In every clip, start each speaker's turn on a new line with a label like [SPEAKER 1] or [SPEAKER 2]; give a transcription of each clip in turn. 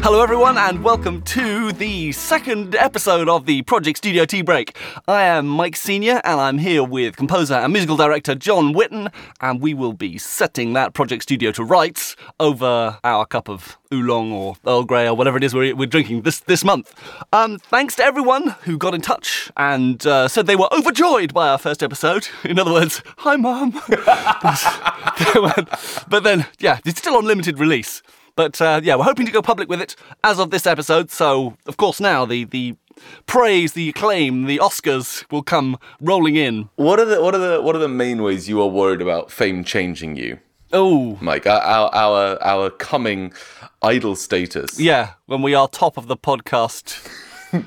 [SPEAKER 1] Hello, everyone, and welcome to the second episode of the Project Studio Tea Break. I am Mike Senior, and I'm here with composer and musical director John Witten, and we will be setting that Project Studio to rights over our cup of oolong or Earl Grey or whatever it is we're, we're drinking this this month. Um, thanks to everyone who got in touch and uh, said they were overjoyed by our first episode. In other words, hi, mum. but then, yeah, it's still on limited release. But uh, yeah, we're hoping to go public with it as of this episode. So, of course, now the the praise, the acclaim, the Oscars will come rolling in.
[SPEAKER 2] What are the what are the what are the main ways you are worried about fame changing you,
[SPEAKER 1] Oh,
[SPEAKER 2] Mike? Our our our, our coming idol status
[SPEAKER 1] yeah, when we are top of the podcast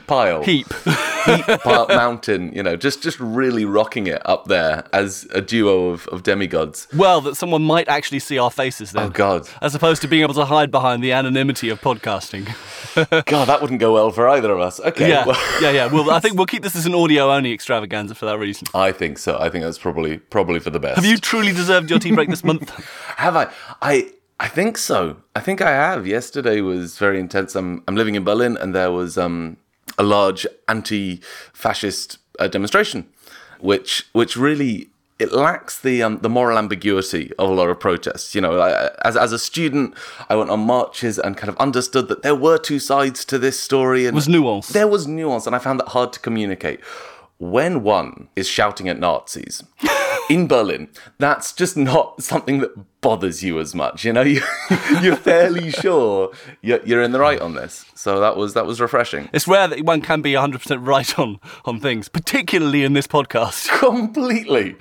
[SPEAKER 2] pile,
[SPEAKER 1] heap.
[SPEAKER 2] heat pile mountain. You know, just just really rocking it up there as a duo of of demigods.
[SPEAKER 1] well, that someone might actually see our faces then.
[SPEAKER 2] Oh God,
[SPEAKER 1] As opposed to being able to hide behind the anonymity of podcasting.
[SPEAKER 2] God, that wouldn't go well for either of us. Okay,
[SPEAKER 1] Yeah,
[SPEAKER 2] well,
[SPEAKER 1] yeah, yeah. Well, I think we'll keep this as an audio only extravaganza for that reason.
[SPEAKER 2] I think so. I think that's probably probably for the best.
[SPEAKER 1] Have you truly deserved your tea break this month?
[SPEAKER 2] Have I? I I think so. I think I have. Yesterday was very intense. I'm I'm living in Berlin, and there was um a large anti-fascist uh, demonstration, which which really it lacks the um, the moral ambiguity of a lot of protests. You know, I, as as a student, I went on marches and kind of understood that there were two sides to this story, and
[SPEAKER 1] Was nuanced.
[SPEAKER 2] There was nuance, and I found that hard to communicate. When one is shouting at Nazis, in Berlin, that's just not something that bothers you as much. You know, you, you're fairly sure you're, you're in the right on this. So that was that was refreshing.
[SPEAKER 1] It's rare that one can be 100% right on, on things, particularly in this podcast.
[SPEAKER 2] Completely.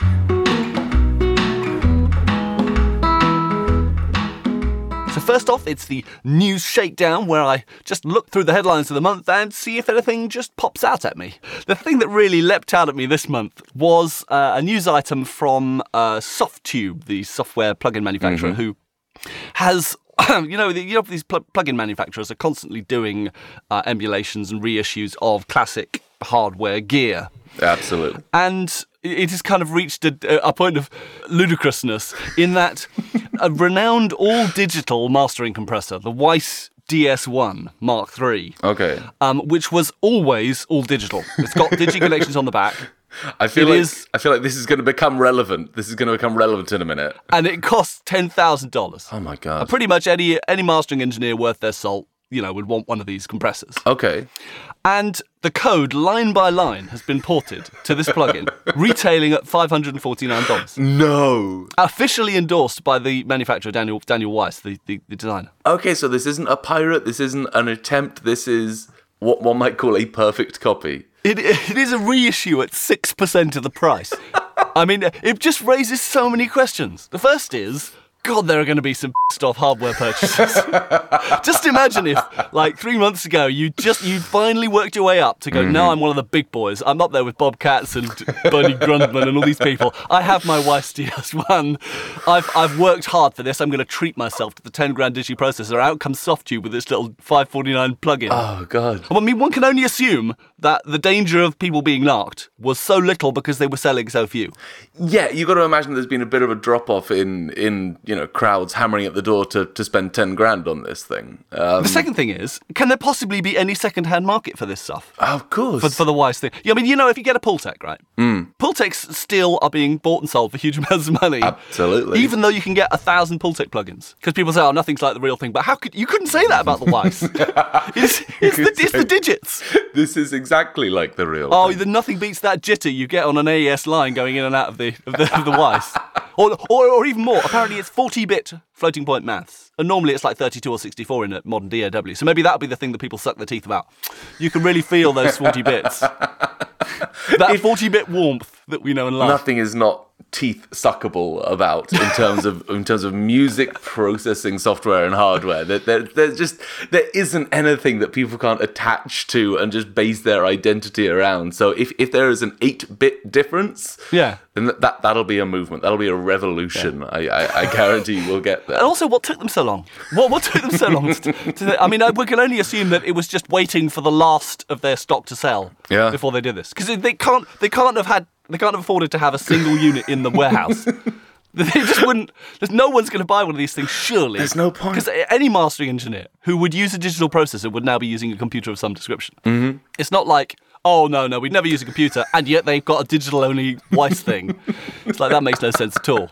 [SPEAKER 1] So, first off, it's the news shakedown where I just look through the headlines of the month and see if anything just pops out at me. The thing that really leapt out at me this month was uh, a news item from uh, Softube, the software plugin manufacturer, who has you know the, you know these pl- plugin manufacturers are constantly doing uh, emulations and reissues of classic hardware gear
[SPEAKER 2] Absolutely.
[SPEAKER 1] and it has kind of reached a, a point of ludicrousness in that a renowned all digital mastering compressor, the Weiss DS1 Mark III,
[SPEAKER 2] Okay.
[SPEAKER 1] um, which was always all digital. It's got digi connections on the back,
[SPEAKER 2] I feel
[SPEAKER 1] It
[SPEAKER 2] like
[SPEAKER 1] is-
[SPEAKER 2] I feel like this is going to become relevant. This is going to become relevant in a minute.
[SPEAKER 1] and it costs ten thousand dollars.
[SPEAKER 2] Oh my god.
[SPEAKER 1] Pretty much any any mastering engineer worth their salt, you know, would want one of these compressors.
[SPEAKER 2] Okay.
[SPEAKER 1] And the code, line by line, has been ported to this plugin, retailing at five hundred and forty nine dollars.
[SPEAKER 2] No.
[SPEAKER 1] officially endorsed by the manufacturer Daniel Daniel Weiss, the, the, the designer.
[SPEAKER 2] Okay, so this isn't a pirate. This isn't an attempt. This is what one might call a perfect copy.
[SPEAKER 1] It, it is a reissue at six percent of the price. I mean, it just raises so many questions. The first is. God, there are going to be some pissed off hardware purchases. just imagine if, like three months ago, you just you finally worked your way up to go. Now I'm one of the big boys. I'm up there with Bob Katz and Bernie Grundman and all these people. I have my wife's DS1. I've I've worked hard for this. I'm going to treat myself to the 10 grand digi processor. Out comes SoftTube with its little 549 plug-in.
[SPEAKER 2] Oh god.
[SPEAKER 1] I mean, one can only assume that the danger of people being narked was so little because they were selling so few.
[SPEAKER 2] Yeah, you got to imagine there's been a bit of a drop off in in you know crowds hammering at the door to to spend ten grand on this thing. Um,
[SPEAKER 1] The second thing is, can there possibly be any second-hand market for this stuff?
[SPEAKER 2] of course,
[SPEAKER 1] For the wise thing. Yeah, I mean, you know, if you get a pull tech, right?
[SPEAKER 2] Hmm.
[SPEAKER 1] Mm. Pull techs still are being bought and sold for huge amounts of money.
[SPEAKER 2] Absolutely.
[SPEAKER 1] Even though you can get a thousand pull tech plugins. Because people say, oh, nothing's like the real thing. But how could you couldn't say that about the wise? it's, it's, the, it's the digits.
[SPEAKER 2] this is exactly like the real.
[SPEAKER 1] Oh,
[SPEAKER 2] thing.
[SPEAKER 1] the nothing beats that jitter you get on an AES line going in and out of the of the, of the Weiss. Or, or, or even more, apparently it's 40 bit floating point maths. And normally it's like 32 or 64 in a modern DAW. So maybe that'll be the thing that people suck their teeth about. You can really feel those 40 bits. That 40 bit warmth that we know and love.
[SPEAKER 2] nothing is not teeth suckable about in terms of in terms of music processing software and hardware. There, there, there's just there isn't anything that people can't attach to and just base their identity around. So if if there is an eight bit difference,
[SPEAKER 1] Yeah.
[SPEAKER 2] then that, that that'll be a movement. That'll be a revolution. I, I I guarantee we'll get there.
[SPEAKER 1] And also, what took them so long? What, what took them so long? To, to- I mean, I, we can only assume that it was just waiting for the last of their stock to sell
[SPEAKER 2] Yeah.
[SPEAKER 1] before they did this, because they can't they can't have had they can't have afforded to have a single unit in the warehouse. They just wouldn't. There's no one's going to buy one of these things, surely.
[SPEAKER 2] There's no point.
[SPEAKER 1] Because any mastering engineer who would use a digital processor would now be using a computer of some description. Mm-hmm. It's not like, oh no, no, we'd never use a computer, and yet they've got a digital only Weiss thing. It's like that makes no sense at all.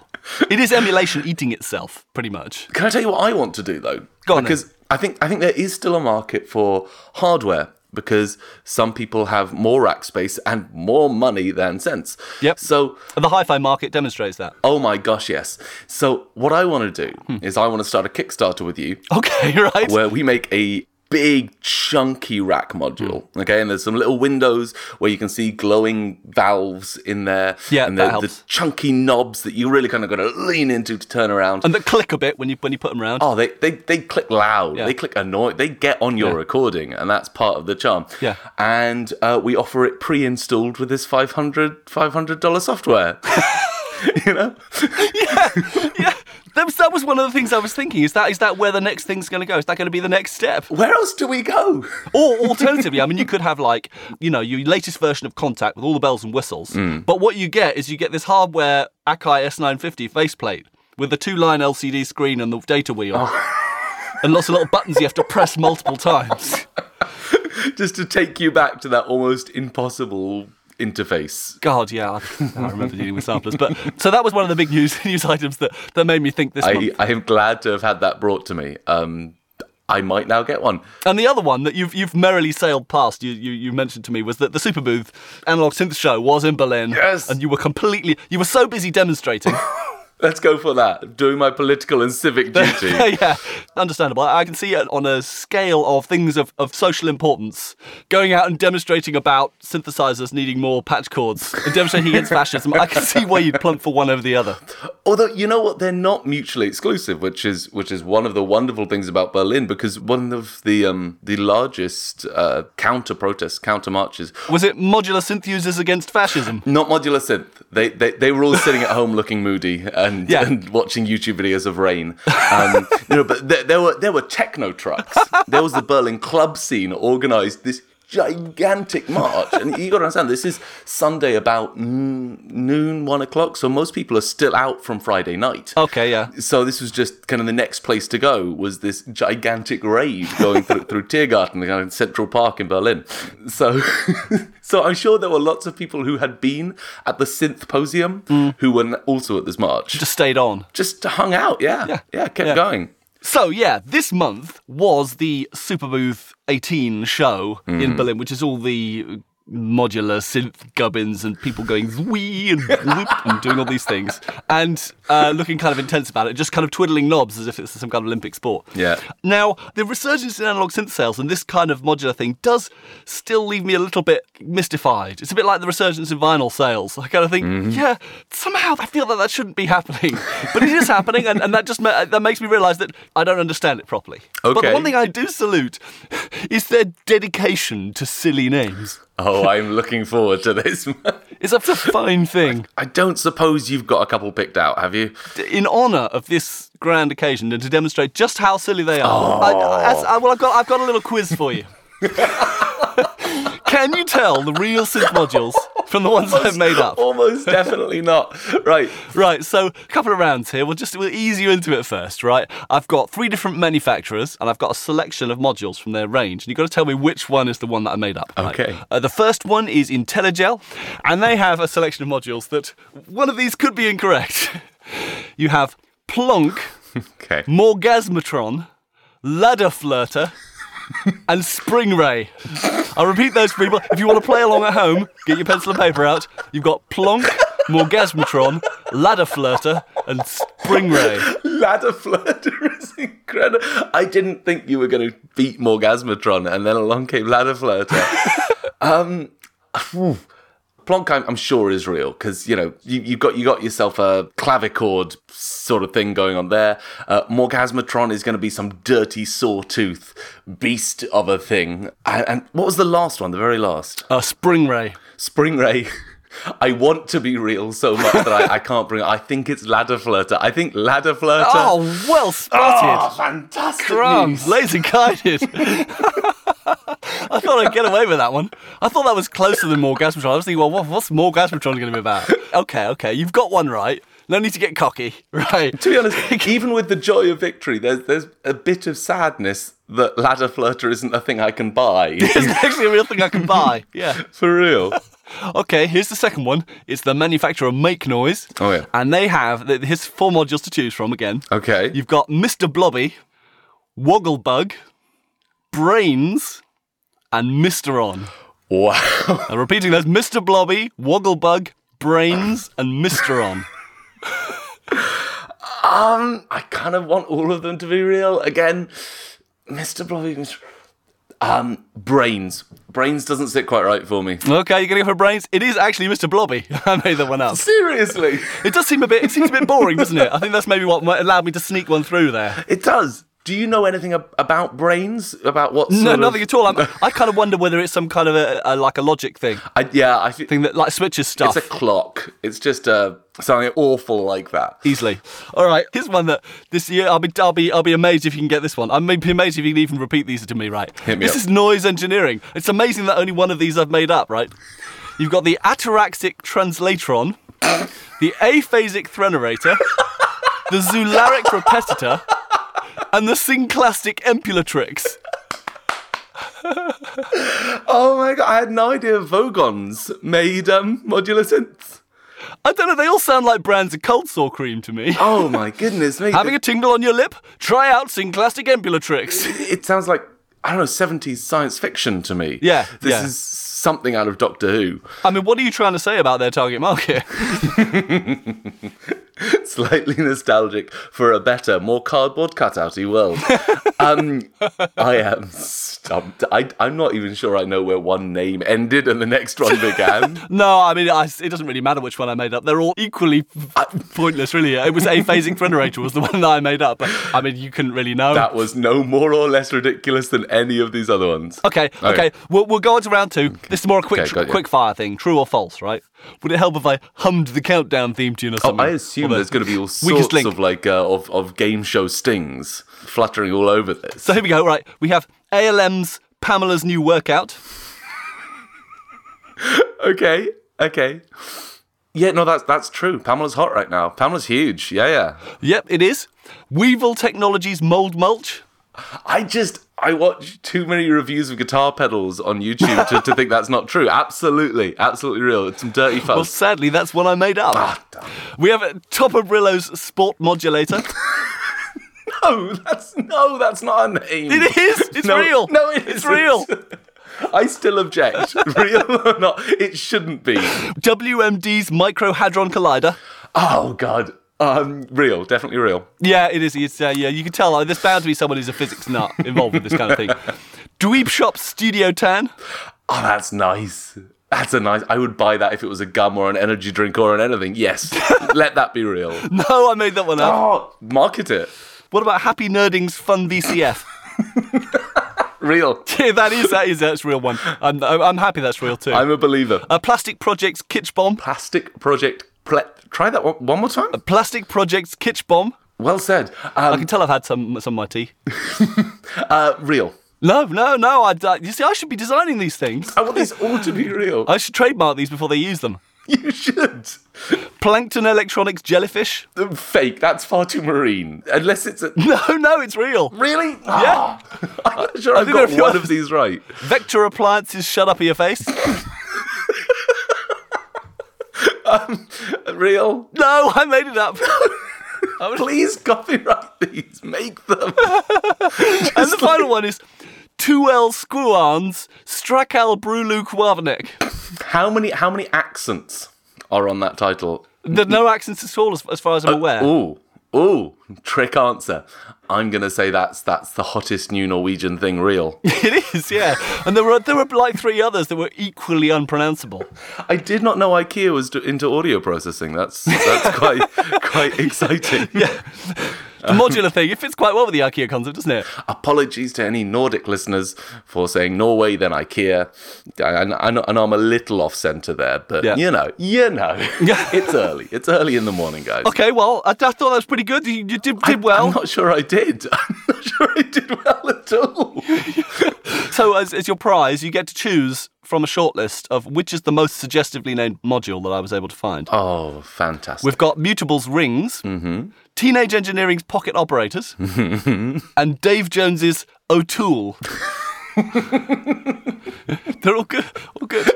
[SPEAKER 1] It is emulation eating itself, pretty much.
[SPEAKER 2] Can I tell you what I want to do though?
[SPEAKER 1] Go on
[SPEAKER 2] Because I think I think there is still a market for hardware because some people have more rack space and more money than sense.
[SPEAKER 1] Yep.
[SPEAKER 2] So
[SPEAKER 1] And the hi-fi market demonstrates that.
[SPEAKER 2] oh my gosh, yes. So what I want to do
[SPEAKER 1] Hmm.
[SPEAKER 2] is I want to start a Kickstarter with you
[SPEAKER 1] Okay, right.
[SPEAKER 2] where we make a big chunky rack module
[SPEAKER 1] Hmm.
[SPEAKER 2] okay and there's some little windows where you can see glowing valves in there
[SPEAKER 1] Yeah,
[SPEAKER 2] and
[SPEAKER 1] that
[SPEAKER 2] the,
[SPEAKER 1] helps.
[SPEAKER 2] the chunky knobs that you really kind of got to lean into to turn around
[SPEAKER 1] and that click a bit when you when you put them around.
[SPEAKER 2] Oh, they, they, they click loud.
[SPEAKER 1] Yeah.
[SPEAKER 2] They click annoy. They get on your
[SPEAKER 1] Yeah.
[SPEAKER 2] recording, and that's part of the charm.
[SPEAKER 1] Yeah.
[SPEAKER 2] And uh, we offer it pre-installed with this 500 $500 software. you know?
[SPEAKER 1] yeah, that was, that was one of the things I was thinking. Is that is that where the next thing's going to go? Is that going to be the next step?
[SPEAKER 2] Where else do we go?
[SPEAKER 1] Or alternatively, I mean, you could have like you know your latest version of Contact with all the bells and whistles.
[SPEAKER 2] Mm.
[SPEAKER 1] But what you get is you get this hardware Akai S950 faceplate with the two-line LCD screen and the data wheel,
[SPEAKER 2] Oh.
[SPEAKER 1] and lots of little buttons you have to press multiple times.
[SPEAKER 2] Just to take you back to that almost impossible interface.
[SPEAKER 1] God, yeah, I, I remember dealing with samplers. But so that was one of the big news news items that that made me think this. month.
[SPEAKER 2] I, e- I am glad to have had that brought to me. Um, I might now get one.
[SPEAKER 1] And the other one that you've you've merrily sailed past, you you, you mentioned to me, was that the Super Booth Analog Synth Show was in Berlin.
[SPEAKER 2] Yes.
[SPEAKER 1] And you were completely you were so busy demonstrating.
[SPEAKER 2] Let's go for that. Doing my political and civic duty.
[SPEAKER 1] yeah, understandable. I I can see it on a scale of things of, of social importance, going out and demonstrating about synthesizers needing more patch cords and demonstrating against fascism. I can see why you'd plump for one over the other.
[SPEAKER 2] Although you know what, they're not mutually exclusive, which is which is one of the wonderful things about Berlin, because one of the um, the largest uh, counter protests, counter marches,
[SPEAKER 1] Was it modular synth users against fascism?
[SPEAKER 2] not modular synth. They they, they were all sitting at home looking moody and,
[SPEAKER 1] Yeah.
[SPEAKER 2] and watching YouTube videos of rain. Um, you know, but there, there were there were techno trucks. There was the Berlin club scene organised this gigantic march, and you got to understand this is Sunday about mm, noon, one o'clock. So most people are still out from Friday night
[SPEAKER 1] Okay, yeah.
[SPEAKER 2] so this was just kind of the next place to go was this gigantic rave going through, through Tiergarten, the kind of Central Park in Berlin. So, so I'm sure there were lots of people who had been at the Synthposium who were n- also at this march.
[SPEAKER 1] Mm. Just stayed on.
[SPEAKER 2] Just hung out, yeah, yeah, kept
[SPEAKER 1] yeah.
[SPEAKER 2] going.
[SPEAKER 1] So yeah, this month was the Superbooth 18 show in Berlin, which is all the modular synth gubbins and people going wee and whoop and doing all these things and uh, looking kind of intense about it, just kind of twiddling knobs as if it's some kind of Olympic sport.
[SPEAKER 2] Yeah.
[SPEAKER 1] Now, the resurgence in analog synth sales and this kind of modular thing does still leave me a little bit mystified. It's a bit like the resurgence in vinyl sales. I kind of think, yeah, somehow I feel that that shouldn't be happening, but it is happening, and, and that just ma- that makes me realise that I don't understand it properly. But the
[SPEAKER 2] Okay.
[SPEAKER 1] one thing I do salute is their dedication to silly names.
[SPEAKER 2] Oh, I'm looking forward to this.
[SPEAKER 1] It's a fine thing.
[SPEAKER 2] I don't suppose you've got a couple picked out, have you?
[SPEAKER 1] in honour of this grand occasion and to demonstrate just how silly they are. I, I- as- I- well, I've got, I've got a little quiz for you. Can you tell the real synth modules from the ones I've made up?
[SPEAKER 2] Almost definitely not. Right.
[SPEAKER 1] Right, so a couple of rounds here. We'll just we'll ease you into it first, right? I've got three different manufacturers and I've got a selection of modules from their range, and you've got to tell me which one is the one that I made up. right?
[SPEAKER 2] Okay.
[SPEAKER 1] Uh, the first one is IntelliGel, and they have a selection of modules that one of these could be incorrect. you have Plonk,
[SPEAKER 2] Okay.
[SPEAKER 1] Morgasmatron, Ladder Flirter, and Spring Ray. I'll repeat those for people. If you want to play along at home, get your pencil and paper out. You've got Plonk, Morgasmatron, Ladder Flirter, and Spring Ray.
[SPEAKER 2] Ladder Flirter is incredible. I didn't think you were going to beat Morgasmatron, and then along came Ladder Flirter. um, Plonk, I'm, I'm sure is real because you know you, you got you got yourself a clavichord sort of thing going on there. Uh, Morgasmatron is going to be some dirty sawtooth beast of a thing. And, and what was the last one? The very last
[SPEAKER 1] Uh, Spring Ray.
[SPEAKER 2] Spring Ray. I want to be real so much that I, I can't bring it. I think it's Ladder Flirter. I think Ladder Flirter.
[SPEAKER 1] Oh, well spotted.
[SPEAKER 2] Ah, fantastic
[SPEAKER 1] Crumbs, laser guided. I thought I'd get away with that one. I thought that was closer than Morgasmatron. I was thinking, well, what, what's Morgasmatron going to be about? Okay, okay, you've got one right. No need to get cocky, right?
[SPEAKER 2] To be honest, even with the joy of victory, there's there's a bit of sadness that ladder flirter isn't a thing I can buy.
[SPEAKER 1] It's actually a real thing I can buy. Yeah.
[SPEAKER 2] For real.
[SPEAKER 1] Okay, here's the second one. It's the manufacturer Make Noise.
[SPEAKER 2] Oh, yeah.
[SPEAKER 1] And they have th- here's four modules to choose from again.
[SPEAKER 2] Okay.
[SPEAKER 1] You've got Mr. Blobby, Wogglebug, Brains, and Mr. On.
[SPEAKER 2] Wow.
[SPEAKER 1] I'm repeating those Mr. Blobby, Wogglebug, Brains, and Mr. On.
[SPEAKER 2] Um, I kind of want all of them to be real. Again, Mr. Blobby, Mr. Um, brains. Brains doesn't sit quite right for me.
[SPEAKER 1] Okay, you're going to go for Brains? It is actually Mr. Blobby. I made that one up.
[SPEAKER 2] Seriously.
[SPEAKER 1] It does seem a bit. It seems a bit boring, doesn't it? I think that's maybe what might- allowed me to sneak one through there.
[SPEAKER 2] It does. Do you know anything ab- about brains? About what?
[SPEAKER 1] No,
[SPEAKER 2] sort
[SPEAKER 1] nothing
[SPEAKER 2] Of...
[SPEAKER 1] at all. I'm, I kind of wonder whether it's some kind of a, a like a logic thing,
[SPEAKER 2] I, yeah, I think
[SPEAKER 1] thing that like switches stuff
[SPEAKER 2] it's a clock. It's just uh, something awful like that.
[SPEAKER 1] easily. All right, here's one that this year I'll be I'll be I'll be amazed if you can get this one. I'm be amazed if you can even repeat these to me, right?
[SPEAKER 2] Hit me
[SPEAKER 1] this
[SPEAKER 2] up.
[SPEAKER 1] is noise engineering. It's amazing that only one of these I've made up, right? You've got the ataraxic translatron, the aphasic threnerator, the zularic repetitor, and the synclastic empulatrix.
[SPEAKER 2] Oh my god! I had no idea Vogons made um, modular synths.
[SPEAKER 1] I don't know, they all sound like brands of cold sore cream to me.
[SPEAKER 2] Oh my goodness me!
[SPEAKER 1] Having a tingle on your lip? Try out Synclastic Empulatrix.
[SPEAKER 2] it sounds like I don't know seventies science fiction to me.
[SPEAKER 1] Yeah,
[SPEAKER 2] this
[SPEAKER 1] yeah.
[SPEAKER 2] is something out of Doctor Who.
[SPEAKER 1] I mean, what are you trying to say about their target market?
[SPEAKER 2] Slightly nostalgic for a better, more cardboard cutouty world. um, I am stumped. I, I'm not even sure I know where one name ended and the next one began.
[SPEAKER 1] No, I mean, I, it doesn't really matter which one I made up. They're all equally f- uh, pointless, really. It was aphasic threnerator was the one that I made up. But, I mean, you couldn't really know.
[SPEAKER 2] that was no more or less ridiculous than any of these other ones.
[SPEAKER 1] Okay, okay,
[SPEAKER 2] Okay.
[SPEAKER 1] We'll, we'll go on to round two. This is more a quick,
[SPEAKER 2] Oh, Okay, got you.
[SPEAKER 1] quick fire thing. True or false, right? Would it help if I hummed the countdown theme tune or something?
[SPEAKER 2] Oh, I assume
[SPEAKER 1] Although-
[SPEAKER 2] there's going to be all
[SPEAKER 1] Weakest
[SPEAKER 2] sorts
[SPEAKER 1] link.
[SPEAKER 2] of like uh, of, of game show stings fluttering all over this.
[SPEAKER 1] So here we go. Right, we have ALM's Pamela's new workout.
[SPEAKER 2] okay, okay. Yeah, no, that's that's true. Pamela's hot right now. Pamela's huge. Yeah, yeah.
[SPEAKER 1] Yep, it is. Weevil Technologies mold mulch.
[SPEAKER 2] I just I watch too many reviews of guitar pedals on YouTube to, to think that's not true. Absolutely, absolutely real. It's some dirty
[SPEAKER 1] Well,
[SPEAKER 2] fuss.
[SPEAKER 1] sadly, that's one I made up.
[SPEAKER 2] Ah.
[SPEAKER 1] we have a Topper Brillo's sport modulator.
[SPEAKER 2] no, that's no, that's not a name.
[SPEAKER 1] it is. It's
[SPEAKER 2] No,
[SPEAKER 1] real.
[SPEAKER 2] No, it
[SPEAKER 1] it's
[SPEAKER 2] isn't.
[SPEAKER 1] real.
[SPEAKER 2] I still object. Real or not, it shouldn't be.
[SPEAKER 1] WMD's Microhadron Collider.
[SPEAKER 2] Oh God. Um, real, definitely real.
[SPEAKER 1] Yeah, it is. It's uh, yeah. You can tell uh, there's bound to be someone who's a physics nut involved with this kind of thing. Dweeb Shop Studio Tan.
[SPEAKER 2] Oh, that's nice. That's a nice. I would buy that if it was a gum or an energy drink or an anything. Yes, let that be real.
[SPEAKER 1] No, I made that one up.
[SPEAKER 2] Oh, market it.
[SPEAKER 1] What about Happy Nerding's Fun VCF?
[SPEAKER 2] Real.
[SPEAKER 1] yeah, that is that is that's a real one. I'm, I'm I'm happy that's real too.
[SPEAKER 2] I'm a believer.
[SPEAKER 1] uh, Plastic Projects Kitsch Bomb.
[SPEAKER 2] Plastic Project. Ple- try that one, one more time.
[SPEAKER 1] Plastic Projects Kitsch Bomb.
[SPEAKER 2] Well said.
[SPEAKER 1] I
[SPEAKER 2] Um,
[SPEAKER 1] can tell I've had some some of my tea.
[SPEAKER 2] uh, real.
[SPEAKER 1] No, no, no. I, I- you see, I should be designing these things.
[SPEAKER 2] I want these all to be real.
[SPEAKER 1] I should trademark these before they use them.
[SPEAKER 2] You should.
[SPEAKER 1] Plankton Electronics Jellyfish.
[SPEAKER 2] Fake. That's far too marine. Unless it's a.
[SPEAKER 1] No, no, it's real.
[SPEAKER 2] Really? Yeah. I'm not sure I've
[SPEAKER 1] think there are a
[SPEAKER 2] got
[SPEAKER 1] few
[SPEAKER 2] one
[SPEAKER 1] others.
[SPEAKER 2] of these right.
[SPEAKER 1] Vector Appliances Shut Up in Your Face.
[SPEAKER 2] Real.
[SPEAKER 1] No, I made it up.
[SPEAKER 2] Please copyright these. Make them.
[SPEAKER 1] and the final one is 2L Squuans Strakal Brulu Kwavenik.
[SPEAKER 2] How many how many accents are on that title?
[SPEAKER 1] There's no accents at all as, as far as I'm aware.
[SPEAKER 2] Uh, Ooh, ooh, trick answer. I'm gonna say that's that's the hottest new Norwegian thing real.
[SPEAKER 1] It is, yeah. And there were there were like three others that were equally unpronounceable.
[SPEAKER 2] I did not know IKEA was do- into audio processing. That's that's quite quite exciting.
[SPEAKER 1] The modular thing, it fits quite well with the IKEA concept, doesn't
[SPEAKER 2] Uh,
[SPEAKER 1] it?
[SPEAKER 2] Apologies to any Nordic listeners for saying Norway then IKEA. And, and, and I'm a little off center there, but
[SPEAKER 1] Yeah.
[SPEAKER 2] you know, you know,
[SPEAKER 1] Yeah.
[SPEAKER 2] it's early. It's early in the morning, guys.
[SPEAKER 1] Okay, well, I, I thought that was pretty good. You, you did, did
[SPEAKER 2] I'm
[SPEAKER 1] well.
[SPEAKER 2] not sure I did. I'm not sure I did well at all.
[SPEAKER 1] So, as, as your prize, you get to choose from a shortlist of which is the most suggestively named module that I was able to find.
[SPEAKER 2] Oh, fantastic.
[SPEAKER 1] We've got Mutable's Rings, Teenage Engineering's Pocket Operators, and Dave Jones's O'Toole. They're all good. All good.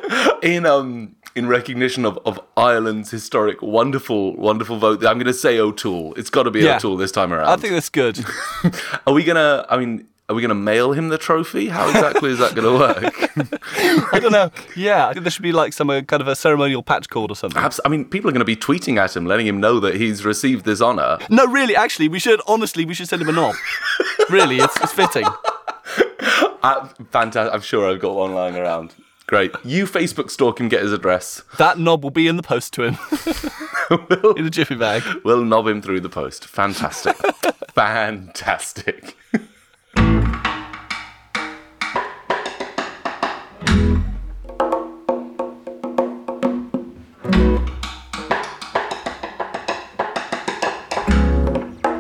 [SPEAKER 2] in um in recognition of, of Ireland's historic wonderful wonderful vote, I'm going to say O'Toole. It's got to be
[SPEAKER 1] Yeah.
[SPEAKER 2] O'Toole this time around.
[SPEAKER 1] I think that's good.
[SPEAKER 2] are we gonna? I mean, are we gonna mail him the trophy? How exactly is that going to work?
[SPEAKER 1] I don't know. Yeah, I think there should be like some uh, kind of a ceremonial patch cord or something.
[SPEAKER 2] Perhaps. I mean, people are going to be tweeting at him, letting him know that he's received this honor.
[SPEAKER 1] No, really, actually, we should honestly we should send him a knob. really, it's, it's fitting.
[SPEAKER 2] Uh, fantastic! I'm sure I've got one lying around. Great. You Facebook stalk him, get his address.
[SPEAKER 1] That knob will be in the post to him in a jiffy bag.
[SPEAKER 2] We'll knob him through the post. Fantastic. Fantastic.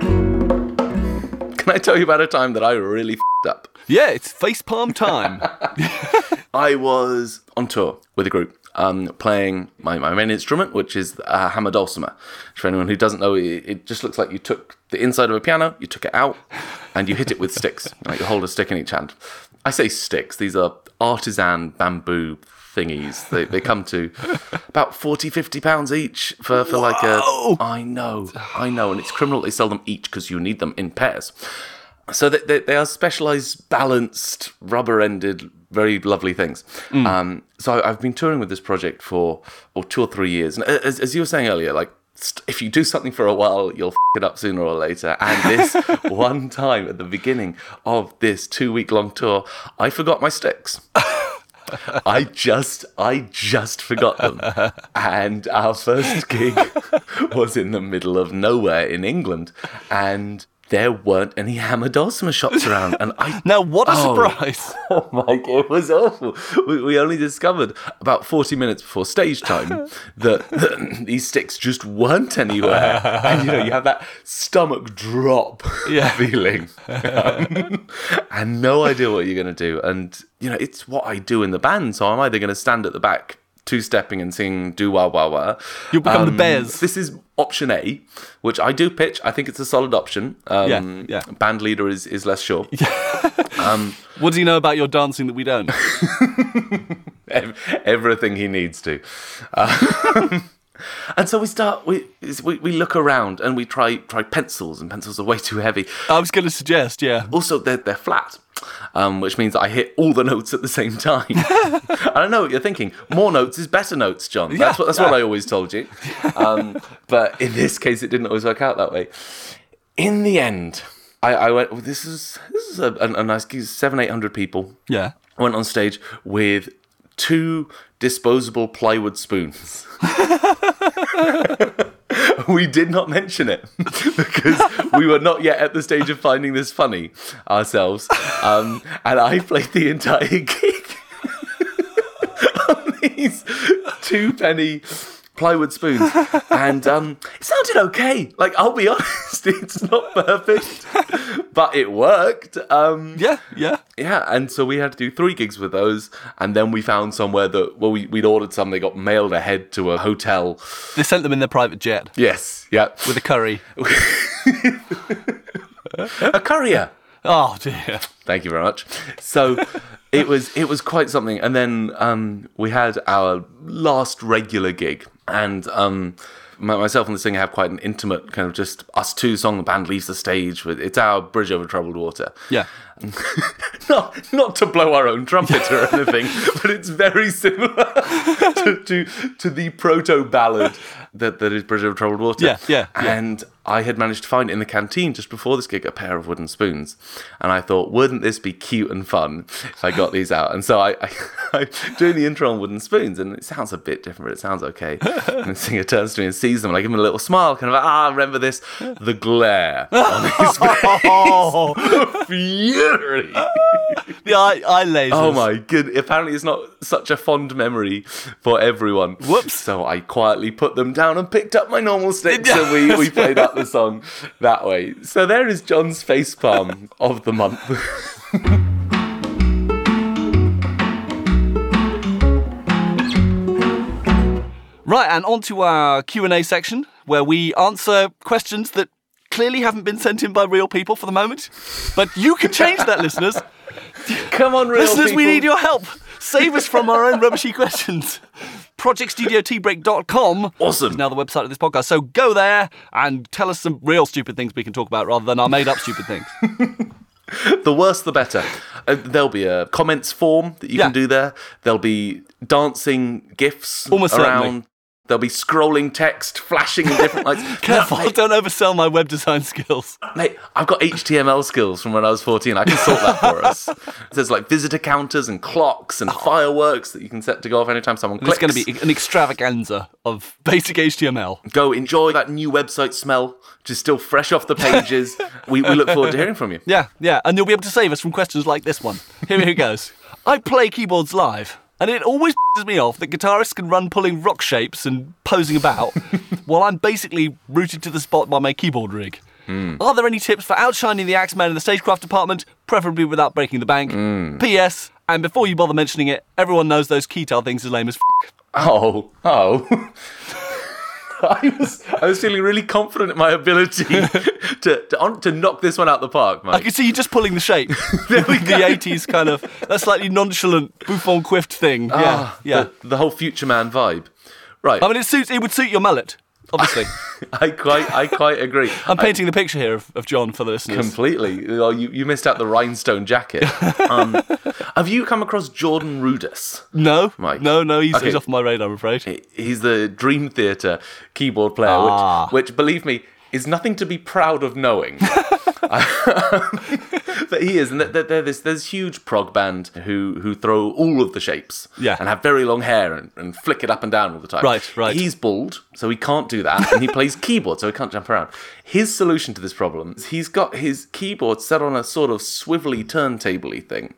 [SPEAKER 2] Can I tell you about a time that I really fed up?
[SPEAKER 1] Yeah, it's facepalm time.
[SPEAKER 2] I was on tour with a group um, playing my, my main instrument, which is a hammer dulcimer. For anyone who doesn't know, it, it just looks like you took the inside of a piano, you took it out, and you hit it with sticks. Like you hold a stick in each hand. I say sticks, these are artisan bamboo thingies. They, they come to about 40, 50 pounds each for, for like a. I know, I know. And it's criminal that they sell them each because you need them in pairs. So they, they, they are specialized, balanced, rubber-ended, very lovely things. Um, so I, I've been touring with this project for or two or three years, and a- as, as you were saying earlier, like st- if you do something for a while, you'll f- it up sooner or later. And this one time at the beginning of this two-week-long tour, I forgot my sticks. I just, I just forgot them. And our first gig was in the middle of nowhere in England, and there weren't any hammer dulcimer shops around. And I,
[SPEAKER 1] Now, what a
[SPEAKER 2] Oh.
[SPEAKER 1] surprise!
[SPEAKER 2] oh my, God, it was awful. We, we only discovered about forty minutes before stage time that, that these sticks just weren't anywhere. And you know, you have that stomach drop
[SPEAKER 1] Yeah.
[SPEAKER 2] feeling, um, and no idea what you're going to do. And you know, it's what I do in the band, so I'm either going to stand at the back. Two stepping and sing do wah wah wah. Um,
[SPEAKER 1] You'll become the Bears.
[SPEAKER 2] This is option A, which I do pitch. I think it's a solid option. Um,
[SPEAKER 1] Yeah, yeah.
[SPEAKER 2] Band leader is, is less sure.
[SPEAKER 1] What do you know about your dancing that we don't?
[SPEAKER 2] Ev- everything he needs to. Uh, and so we start. We, is- we we look around and we try try pencils, and pencils are way too heavy.
[SPEAKER 1] I was going to suggest, yeah.
[SPEAKER 2] Also, they're they're flat, um, which means I hit all the notes at the same time. I don't know what you're thinking. More notes is better notes, John. That's what that's what
[SPEAKER 1] yeah.
[SPEAKER 2] I always told you. Um, but in this case, it didn't always work out that way. In the end, I, I went. Well, this is this is a, a, a nice gig. Seven eight hundred people.
[SPEAKER 1] Yeah.
[SPEAKER 2] I went on stage with two disposable plywood spoons. we did not mention it because we were not yet at the stage of finding this funny ourselves. Um, and I played the entire gig on these two penny plywood spoons and um, it sounded okay like i'll be honest it's not perfect but it worked um,
[SPEAKER 1] Yeah, yeah.
[SPEAKER 2] yeah, and so we had to do three gigs with those, and then we found somewhere that well, we, we'd ordered some. They got mailed ahead to a hotel.
[SPEAKER 1] They sent them in their private jet
[SPEAKER 2] Yes, yeah,
[SPEAKER 1] with a curry.
[SPEAKER 2] a courier.
[SPEAKER 1] Oh, dear.
[SPEAKER 2] Thank you very much. So it was it was quite something. And then um, we had our last regular gig, and um, my, myself and the singer have quite an intimate kind of just us two song. The band leaves the stage with it's our bridge over troubled water.
[SPEAKER 1] Yeah.
[SPEAKER 2] not not to blow our own trumpet or anything, but it's very similar to, to to the proto ballad that that is Bridge Over Troubled Water.
[SPEAKER 1] Yeah, yeah, yeah.
[SPEAKER 2] And I had managed to find in the canteen just before this gig a pair of wooden spoons, and I thought, wouldn't this be cute and fun if I got these out? And so I, I I'm doing the intro on wooden spoons, and it sounds a bit different, but it sounds okay. And the singer turns to me and sees them, and I give him a little smile, kind of like, ah, remember this? The glare on his
[SPEAKER 1] Oh,
[SPEAKER 2] face, fury.
[SPEAKER 1] the eye, eye lasers.
[SPEAKER 2] Oh my good! Apparently, it's not such a fond memory for everyone.
[SPEAKER 1] Whoops.
[SPEAKER 2] So I quietly put them down and picked up my normal sticks, and we, we played out the song that way. So there is John's face palm of the month.
[SPEAKER 1] Right, and on to our Q&A section where we answer questions that clearly haven't been sent in by real people for the moment. But you can change that, listeners.
[SPEAKER 2] Come on, real
[SPEAKER 1] Listeners, we
[SPEAKER 2] people.
[SPEAKER 1] need your help. Save us from our own rubbishy questions. ProjectStudioTeabreak.com
[SPEAKER 2] Awesome.
[SPEAKER 1] is now the website of this podcast. So go there and tell us some real stupid things we can talk about rather than our made up stupid things.
[SPEAKER 2] The worse, the better. Uh, there'll be a comments form that you
[SPEAKER 1] Yeah.
[SPEAKER 2] can do there. There'll be dancing gifs
[SPEAKER 1] Almost
[SPEAKER 2] around.
[SPEAKER 1] certainly.
[SPEAKER 2] There'll be scrolling text flashing in different lights. No,
[SPEAKER 1] Careful,
[SPEAKER 2] mate,
[SPEAKER 1] don't oversell my web design skills.
[SPEAKER 2] mate, I've got HTML skills from when I was 14. I can sort that for us. There's like visitor counters and clocks and fireworks that you can set to go off anytime someone
[SPEAKER 1] It's
[SPEAKER 2] clicks.
[SPEAKER 1] going to be an extravaganza of basic HTML.
[SPEAKER 2] Go enjoy that new website smell, which is still fresh off the pages. we, we look forward to hearing from you.
[SPEAKER 1] Yeah, yeah, and you'll be able to save us from questions like this one. Here who goes. I play keyboards live, and it always pisses me off that guitarists can run pulling rock shapes and posing about while I'm basically rooted to the spot by my keyboard rig.
[SPEAKER 2] Hmm.
[SPEAKER 1] Are there any tips for outshining the axeman in the stagecraft department, preferably without breaking the bank?
[SPEAKER 2] Hmm.
[SPEAKER 1] P.S. And before you bother mentioning it, everyone knows those keytar things are lame as f.
[SPEAKER 2] Oh, oh. I was I was feeling really confident in my ability to to, on, to knock this one out the park,
[SPEAKER 1] I
[SPEAKER 2] Mike.
[SPEAKER 1] can see you just pulling the shape. With the 80s kind of, that slightly nonchalant Buffon quiffed thing. Yeah,
[SPEAKER 2] Ah,
[SPEAKER 1] yeah.
[SPEAKER 2] The, the whole future man vibe. Right.
[SPEAKER 1] I mean, it suits. It would suit your mullet, obviously.
[SPEAKER 2] I quite I quite agree.
[SPEAKER 1] I'm painting the picture here of, of John for the listeners.
[SPEAKER 2] Completely. Well, you, you missed out the rhinestone jacket. Um, have you come across Jordan Rudess?
[SPEAKER 1] no,
[SPEAKER 2] Mike.
[SPEAKER 1] no, no. He's,
[SPEAKER 2] Okay.
[SPEAKER 1] he's off my radar, I'm afraid.
[SPEAKER 2] He's the Dream Theater keyboard player,
[SPEAKER 1] Ah.
[SPEAKER 2] which, which, believe me, is nothing to be proud of knowing. but he is, and they're, they're this there's huge prog band who who throw all of the shapes,
[SPEAKER 1] Yeah.
[SPEAKER 2] and have very long hair and, and flick it up and down all the time.
[SPEAKER 1] Right, right.
[SPEAKER 2] He's bald, so he can't do that, and he plays keyboard, so he can't jump around. His solution to this problem is he's got his keyboard set on a sort of swivelly turntabley thing.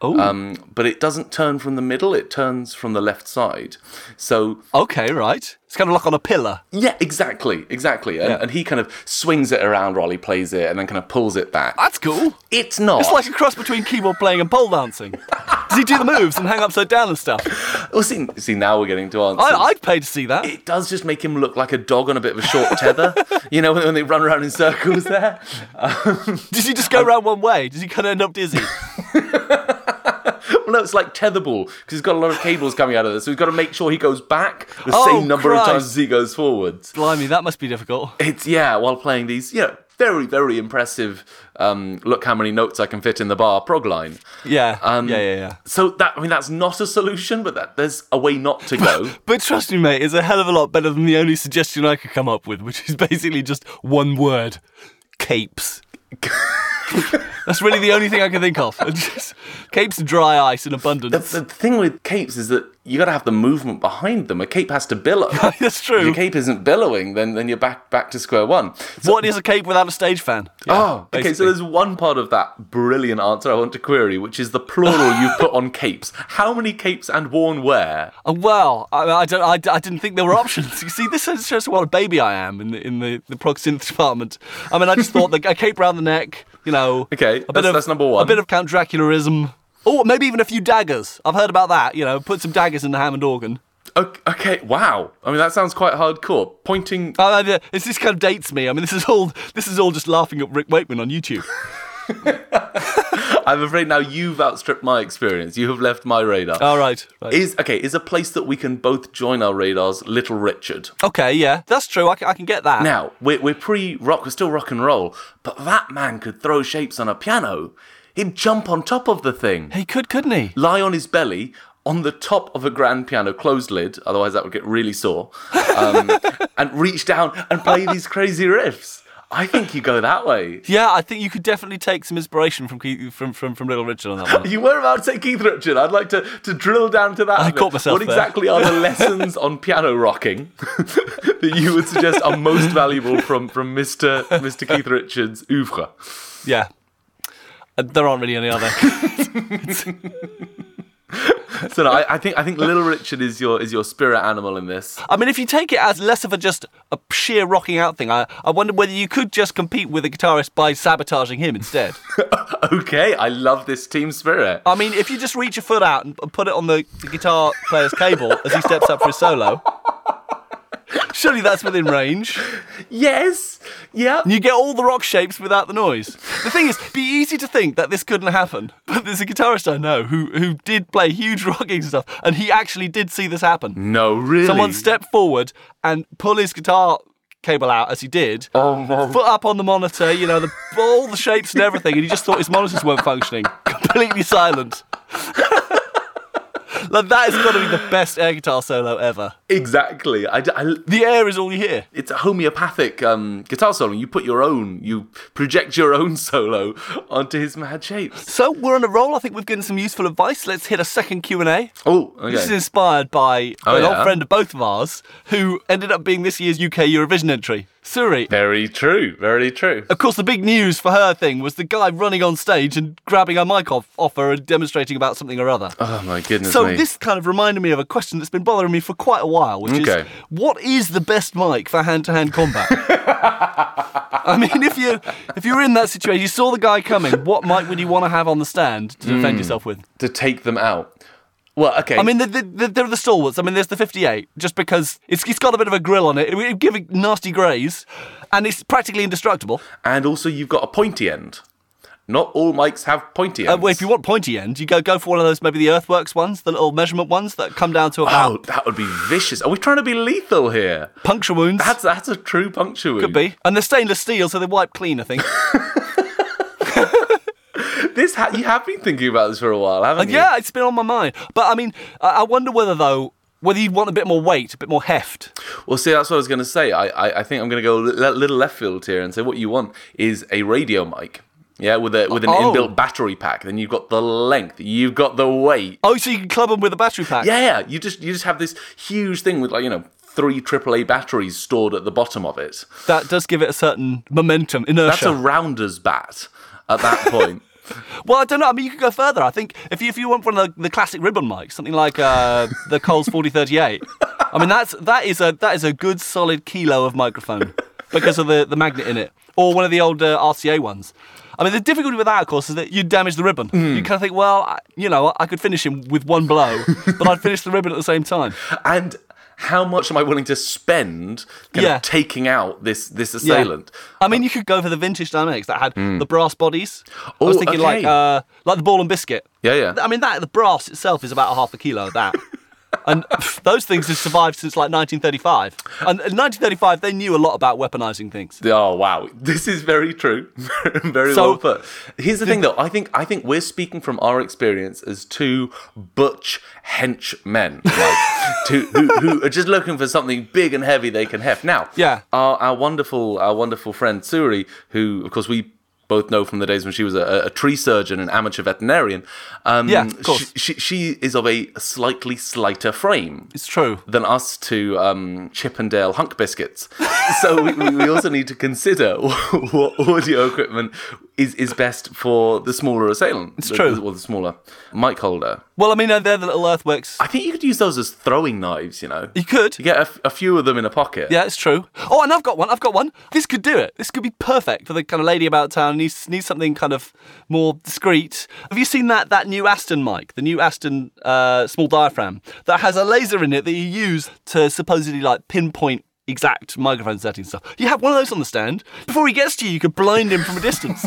[SPEAKER 1] Oh,
[SPEAKER 2] Um, but it doesn't turn from the middle; it turns from the left side. So
[SPEAKER 1] okay, right. It's kind of like on a pillar.
[SPEAKER 2] yeah, exactly, exactly. And,
[SPEAKER 1] Yeah.
[SPEAKER 2] and he kind of swings it around while he plays it, and then kind of pulls it back.
[SPEAKER 1] That's cool.
[SPEAKER 2] It's not.
[SPEAKER 1] It's like a cross between keyboard playing and pole dancing. Does he do the moves and hang upside down and stuff?
[SPEAKER 2] well, Oh, see, see, now we're getting to answers.
[SPEAKER 1] I, I'd pay to see that.
[SPEAKER 2] it does just make him look like a dog on a bit of a short tether. you know, when, when they run around in circles there.
[SPEAKER 1] Does he just
[SPEAKER 2] um,
[SPEAKER 1] go round one way? Does he kind of end up dizzy?
[SPEAKER 2] Well, no, it's like tetherball because he's got a lot of cables coming out of this, so we've got to make sure he goes back the
[SPEAKER 1] Oh,
[SPEAKER 2] same number
[SPEAKER 1] Christ.
[SPEAKER 2] of times as he goes forwards.
[SPEAKER 1] Blimey, that must be difficult.
[SPEAKER 2] It's yeah, while playing these, you know, very very impressive. Um, look how many notes I can fit in the bar prog line.
[SPEAKER 1] Yeah,
[SPEAKER 2] Um,
[SPEAKER 1] yeah, yeah, yeah.
[SPEAKER 2] So that I mean, that's not a solution, but that there's a way not to go.
[SPEAKER 1] But trust me, mate, it's a hell of a lot better than the only suggestion I could come up with, which is basically just one word capes. That's really the only thing I can think of. It's just capes and dry ice in abundance.
[SPEAKER 2] the thing with capes is that you got to have the movement behind them. A cape has to billow. if
[SPEAKER 1] That's
[SPEAKER 2] your
[SPEAKER 1] true.
[SPEAKER 2] cape isn't billowing, then then you're back back to square one.
[SPEAKER 1] What is a cape without a stage fan? Yeah,
[SPEAKER 2] Oh, okay. So
[SPEAKER 1] basically.
[SPEAKER 2] there's one part of that brilliant answer I want to query, which is the plural you've put on capes. How many capes and worn where?
[SPEAKER 1] Uh, well, I, I don't. I, I didn't think there were options. You see, this is just what a baby I am in the in the the prog synth department. I mean, I just thought that a cape round the neck, you know.
[SPEAKER 2] Okay,
[SPEAKER 1] a
[SPEAKER 2] that's-
[SPEAKER 1] bit of,
[SPEAKER 2] that's number one.
[SPEAKER 1] A bit of Count Draculaism. Oh, maybe even a few daggers. I've heard about that. You know, put some daggers in the Hammond organ.
[SPEAKER 2] Okay, okay, wow. I mean, that sounds quite hardcore. Pointing.
[SPEAKER 1] I, I, Uh, this this kind of dates me. I mean, this is all this is all just laughing at Rick Wakeman on YouTube. Uh,
[SPEAKER 2] I'm afraid now you've outstripped my experience. You have left my radar.
[SPEAKER 1] all right, right.
[SPEAKER 2] Is okay. Is a place that we can both join our radars, Little Richard.
[SPEAKER 1] okay, yeah, that's true. I, can- I can get that.
[SPEAKER 2] Now we're, we're pre-rock, we're still rock and roll, but that man could throw shapes on a piano. He'd jump on top of the thing,
[SPEAKER 1] he could, couldn't he?
[SPEAKER 2] lie on his belly on the top of a grand piano, closed lid. Otherwise, that would get really sore. Um, and reach down and play these crazy riffs. I think you go that way.
[SPEAKER 1] Yeah, I think you could definitely take some inspiration from Keith- from from, from Little Richard on that one.
[SPEAKER 2] You were about to say Keith Richard. I'd like to, to drill down to that. I
[SPEAKER 1] caught myself
[SPEAKER 2] What
[SPEAKER 1] there.
[SPEAKER 2] exactly are the lessons on piano rocking that you would suggest are most valuable from from Mr. Mr. Keith Richard's oeuvre?
[SPEAKER 1] Yeah. Uh, There aren't really any other.
[SPEAKER 2] So no, I, I think I think Little Richard is your is your spirit animal in this.
[SPEAKER 1] I mean, if you take it as less of a just a sheer rocking out thing, I, I wonder whether you could just compete with a guitarist by sabotaging him instead.
[SPEAKER 2] Okay, I love this team spirit.
[SPEAKER 1] I mean, if you just reach a foot out and p- put it on the, the guitar player's cable as he steps up for his solo, Surely that's within range.
[SPEAKER 2] Yes. Yep.
[SPEAKER 1] And you get all the rock shapes without the noise. The thing is, it'd be easy to think that this couldn't happen, but there's a guitarist I know who, who did play huge rocking stuff, and he actually did see this happen.
[SPEAKER 2] No, really.
[SPEAKER 1] Someone stepped forward and pull his guitar cable out as he did,
[SPEAKER 2] Oh no.
[SPEAKER 1] foot up on the monitor, you know, the, all the shapes and everything, and he just thought his monitors weren't functioning. Completely silent. like, that has got to be the best air guitar solo ever.
[SPEAKER 2] Exactly. I, d- I-
[SPEAKER 1] The air is all you hear.
[SPEAKER 2] it's a homeopathic um, guitar solo. You put your own, you project your own solo onto his mad shapes.
[SPEAKER 1] So we're on a roll. I think we've given some useful advice. Let's hit a second Q and A.
[SPEAKER 2] Oh, okay.
[SPEAKER 1] This is inspired by
[SPEAKER 2] Oh,
[SPEAKER 1] an
[SPEAKER 2] yeah?
[SPEAKER 1] old friend of both of ours who ended up being this year's UK Eurovision entry, Suri.
[SPEAKER 2] very true. Very true.
[SPEAKER 1] Of course, the big news for her thing was the guy running on stage and grabbing her mic off, off her and demonstrating about something or other.
[SPEAKER 2] Oh my goodness
[SPEAKER 1] So
[SPEAKER 2] me.
[SPEAKER 1] this kind of reminded me of a question that's been bothering me for quite a while, which is
[SPEAKER 2] Okay.
[SPEAKER 1] what is the best mic for hand-to-hand combat? I mean, if you if you were in that situation, you saw the guy coming, what mic would you want to have on the stand to
[SPEAKER 2] Hmm.
[SPEAKER 1] defend yourself with?
[SPEAKER 2] to take them out. Well, okay.
[SPEAKER 1] I mean, the, the, the, they're the stalwarts. I mean, there's the 58, just because it's, it's got a bit of a grill on it. It would give a nasty graze, and it's practically indestructible.
[SPEAKER 2] and also you've got a pointy end. Not all mics have pointy ends.
[SPEAKER 1] Uh, well, if you want pointy end, you go go for one of those, maybe the Earthworks ones, the little measurement ones that come down to about
[SPEAKER 2] oh, that would be vicious. Are we trying to be lethal here?
[SPEAKER 1] puncture wounds.
[SPEAKER 2] That's that's a true puncture wound.
[SPEAKER 1] could be. And they're stainless steel, so they wipe clean, I think.
[SPEAKER 2] This ha- you have been thinking about this for a while, haven't you?
[SPEAKER 1] Uh, yeah, it's been on my mind. But I mean, I, I wonder whether, though, whether you'd want a bit more weight, a bit more heft.
[SPEAKER 2] Well, see, that's what I was going to say. I, I, I think I'm going to go a li- little left field here and say what you want is a radio mic. Yeah, with a with an
[SPEAKER 1] Oh.
[SPEAKER 2] inbuilt battery pack. Then you've got the length, you've got the weight.
[SPEAKER 1] Oh, so you can club them with a battery pack.
[SPEAKER 2] Yeah, yeah. You just you just have this huge thing with like you know three AAA batteries stored at the bottom of it.
[SPEAKER 1] That does give it a certain momentum, inertia.
[SPEAKER 2] That's a rounder's bat at that point.
[SPEAKER 1] Well, I don't know. I mean, you could go further. I think if you, if you want one of the, the classic ribbon mics, something like uh, the Coles 4038. I mean, that's that is a that is a good solid kilo of microphone because of the, the magnet in it, or one of the old uh, RCA ones. I mean, the difficulty with that, of course, is that you damage the ribbon.
[SPEAKER 2] Hmm.
[SPEAKER 1] You kind of think, well, I, you know, I could finish him with one blow, but I'd finish the ribbon at the same time.
[SPEAKER 2] and how much am I willing to spend kind
[SPEAKER 1] Yeah.
[SPEAKER 2] of taking out this this
[SPEAKER 1] Yeah.
[SPEAKER 2] assailant?
[SPEAKER 1] I mean, you could go for the vintage dynamics that had the brass bodies. I was
[SPEAKER 2] Hmm. Oh,
[SPEAKER 1] thinking like
[SPEAKER 2] okay.
[SPEAKER 1] uh, like the ball and biscuit.
[SPEAKER 2] Yeah, yeah.
[SPEAKER 1] I mean, that the brass itself is about a half a kilo of that. And pff, those things have survived since like 1935. And in 1935, they knew a lot about weaponizing things.
[SPEAKER 2] Oh wow, this is very true, very
[SPEAKER 1] So-
[SPEAKER 2] well put. Here's the thing, though. I think I think we're speaking from our experience as two butch hench men, like, two, who, who are just looking for something big and heavy they can heft. Now,
[SPEAKER 1] Yeah.
[SPEAKER 2] our, our wonderful our wonderful friend Suri, who of course we both know from the days when she was a, a tree surgeon and amateur veterinarian. Um,
[SPEAKER 1] Yeah, of course.
[SPEAKER 2] She, she, she is of a slightly slighter frame
[SPEAKER 1] It's true.
[SPEAKER 2] than us to um, Chippendale hunk biscuits. So we, we we also need to consider what audio equipment is, is best for the smaller assailant. It's
[SPEAKER 1] true.
[SPEAKER 2] Or the smaller mic holder.
[SPEAKER 1] Well, I mean, uh, they're the little earthworks.
[SPEAKER 2] I think you could use those as throwing knives, you know?
[SPEAKER 1] You could.
[SPEAKER 2] You get a, f- a few of them in a pocket.
[SPEAKER 1] Yeah, it's true. Oh, and I've got one. I've got one. This could do it. This could be perfect for the kind of lady about town who needs, needs something kind of more discreet. Have you seen that that new Aston mic, the new Aston uh, small diaphragm that has a laser in it that you use to supposedly like pinpoint exact microphone settings and stuff? You have one of those on the stand. Before he gets to you, you could blind him from a distance.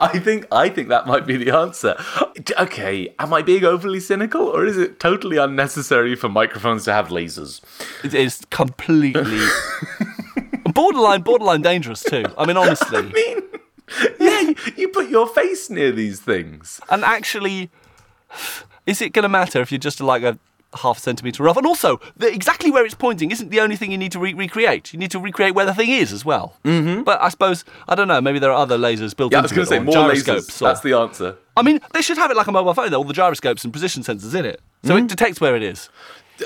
[SPEAKER 2] I think I think that might be the answer. D- Okay, am I being overly cynical or is it totally unnecessary for microphones to have lasers?
[SPEAKER 1] it is completely borderline, borderline dangerous too. I mean, honestly.
[SPEAKER 2] yeah, you, you put your face near these things.
[SPEAKER 1] And actually, is it going to matter if you're just like a half centimetre off? And also, the, exactly where it's pointing isn't the only thing you need to re- recreate. You need to recreate where the thing is as well. Mm-hmm. But I suppose, I don't know, maybe there are other lasers built
[SPEAKER 2] Yeah, I was
[SPEAKER 1] into
[SPEAKER 2] going
[SPEAKER 1] it
[SPEAKER 2] to say
[SPEAKER 1] or
[SPEAKER 2] more
[SPEAKER 1] gyroscopes.
[SPEAKER 2] lasers.
[SPEAKER 1] or-
[SPEAKER 2] That's the answer.
[SPEAKER 1] I mean, they should have it like a mobile phone, though, all the gyroscopes and position sensors in it. So
[SPEAKER 2] Mm-hmm.
[SPEAKER 1] it detects where it is.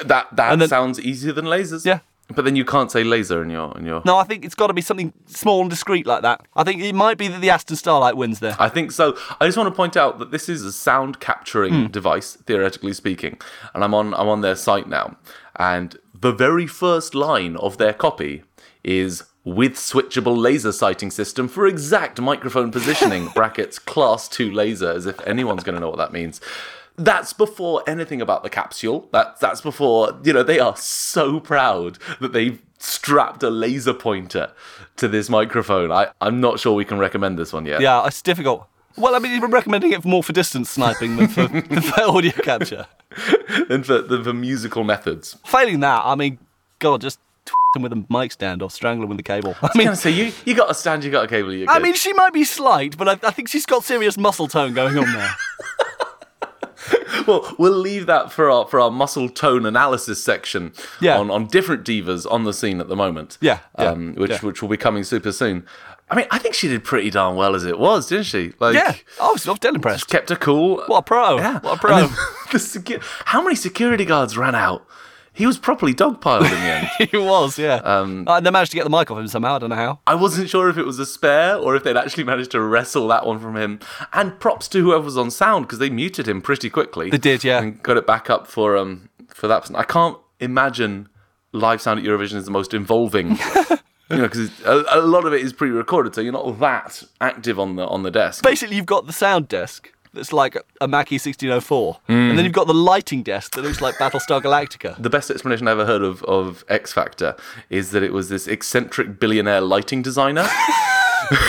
[SPEAKER 2] That that
[SPEAKER 1] then-
[SPEAKER 2] sounds easier than lasers.
[SPEAKER 1] Yeah.
[SPEAKER 2] But then you can't say laser in your in your.
[SPEAKER 1] No, I think it's got to be something small and discreet like that. I think it might be that the Aston Starlight wins there.
[SPEAKER 2] I think so. I just want to point out that this is a sound capturing device, theoretically speaking, and I'm on I'm on their site now, and the very first line of their copy is with switchable laser sighting system for exact microphone positioning brackets class 2 laser as if anyone's going to know what that means that's before anything about the capsule that that's before you know they are so proud that they've strapped a laser pointer to this microphone. I, I'm not sure we can recommend this one yet.
[SPEAKER 1] Yeah, it's difficult. Well, I mean, we're recommending it more for distance sniping than for, than for audio capture.
[SPEAKER 2] And for, the, for musical methods.
[SPEAKER 1] Failing that, I mean, God, just him with a mic stand or strangle him with a cable. I mean,
[SPEAKER 2] Yeah, so you, you got a stand, you got a cable, you
[SPEAKER 1] I mean, she might be slight, but I, I think she's got serious muscle tone going on there.
[SPEAKER 2] well, we'll leave that for our for our muscle tone analysis section
[SPEAKER 1] Yeah.
[SPEAKER 2] on, on different divas on the scene at the moment.
[SPEAKER 1] Yeah, yeah,
[SPEAKER 2] um, which
[SPEAKER 1] yeah.
[SPEAKER 2] which will be coming super soon. I mean, I think she did pretty darn well as it was, didn't she? Like,
[SPEAKER 1] yeah, I was, I was dead impressed.
[SPEAKER 2] kept her cool.
[SPEAKER 1] What a pro!
[SPEAKER 2] Yeah.
[SPEAKER 1] What a pro!
[SPEAKER 2] And then the secu- how many security guards ran out? He was properly dogpiled in the end.
[SPEAKER 1] he was, yeah. Uh, they managed to get the mic off him somehow. I don't know how.
[SPEAKER 2] I wasn't sure if it was a spare or if they'd actually managed to wrestle that one from him. And props to whoever was on sound because they muted him pretty quickly.
[SPEAKER 1] They did, yeah.
[SPEAKER 2] And got it back up for um for that. person. I can't imagine live sound at Eurovision is the most involving. you know, because a, a lot of it is pre-recorded, so you're not that active on the on the desk.
[SPEAKER 1] Basically, you've got the sound desk that's like a Mackie 1604, and then you've got the lighting desk that looks like Battlestar Galactica.
[SPEAKER 2] the best explanation I ever heard of of X Factor is that it was this eccentric billionaire lighting designer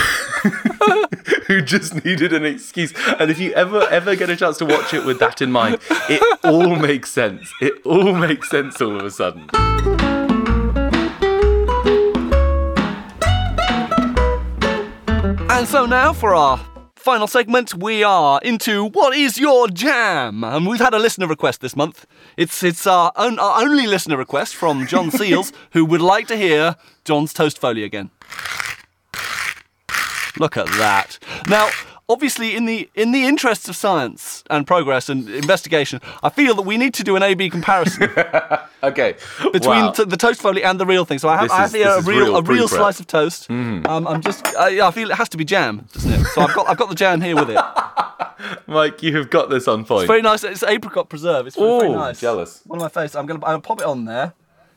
[SPEAKER 2] who just needed an excuse. And if you ever ever get a chance to watch it with that in mind, it all makes sense. It all makes sense all of a sudden.
[SPEAKER 1] And so now for our final segment, we are into what is your jam? And we've had a listener request this month. It's it's our, on, our only listener request from John Seals, who would like to hear John's toast folio again. Look at that. Now, obviously, in the in the interests of science and progress and investigation, I feel that we need to do an A/B comparison
[SPEAKER 2] Okay.
[SPEAKER 1] between
[SPEAKER 2] wow.
[SPEAKER 1] t- the toast folio and the real thing. So I have,
[SPEAKER 2] This
[SPEAKER 1] I
[SPEAKER 2] is-
[SPEAKER 1] have here
[SPEAKER 2] this
[SPEAKER 1] a
[SPEAKER 2] is
[SPEAKER 1] real,
[SPEAKER 2] real
[SPEAKER 1] a real
[SPEAKER 2] pre-prep. Mm-hmm.
[SPEAKER 1] slice of toast. Um, I'm just, I, I feel it has to be jam, doesn't it? So I've got, I've got the jam here with it.
[SPEAKER 2] Mike, you have got this on point.
[SPEAKER 1] Very nice. It's apricot preserve. It's very, very
[SPEAKER 2] Ooh,
[SPEAKER 1] nice.
[SPEAKER 2] jealous.
[SPEAKER 1] One of my favorites. I'm gonna, I'm gonna pop it on there.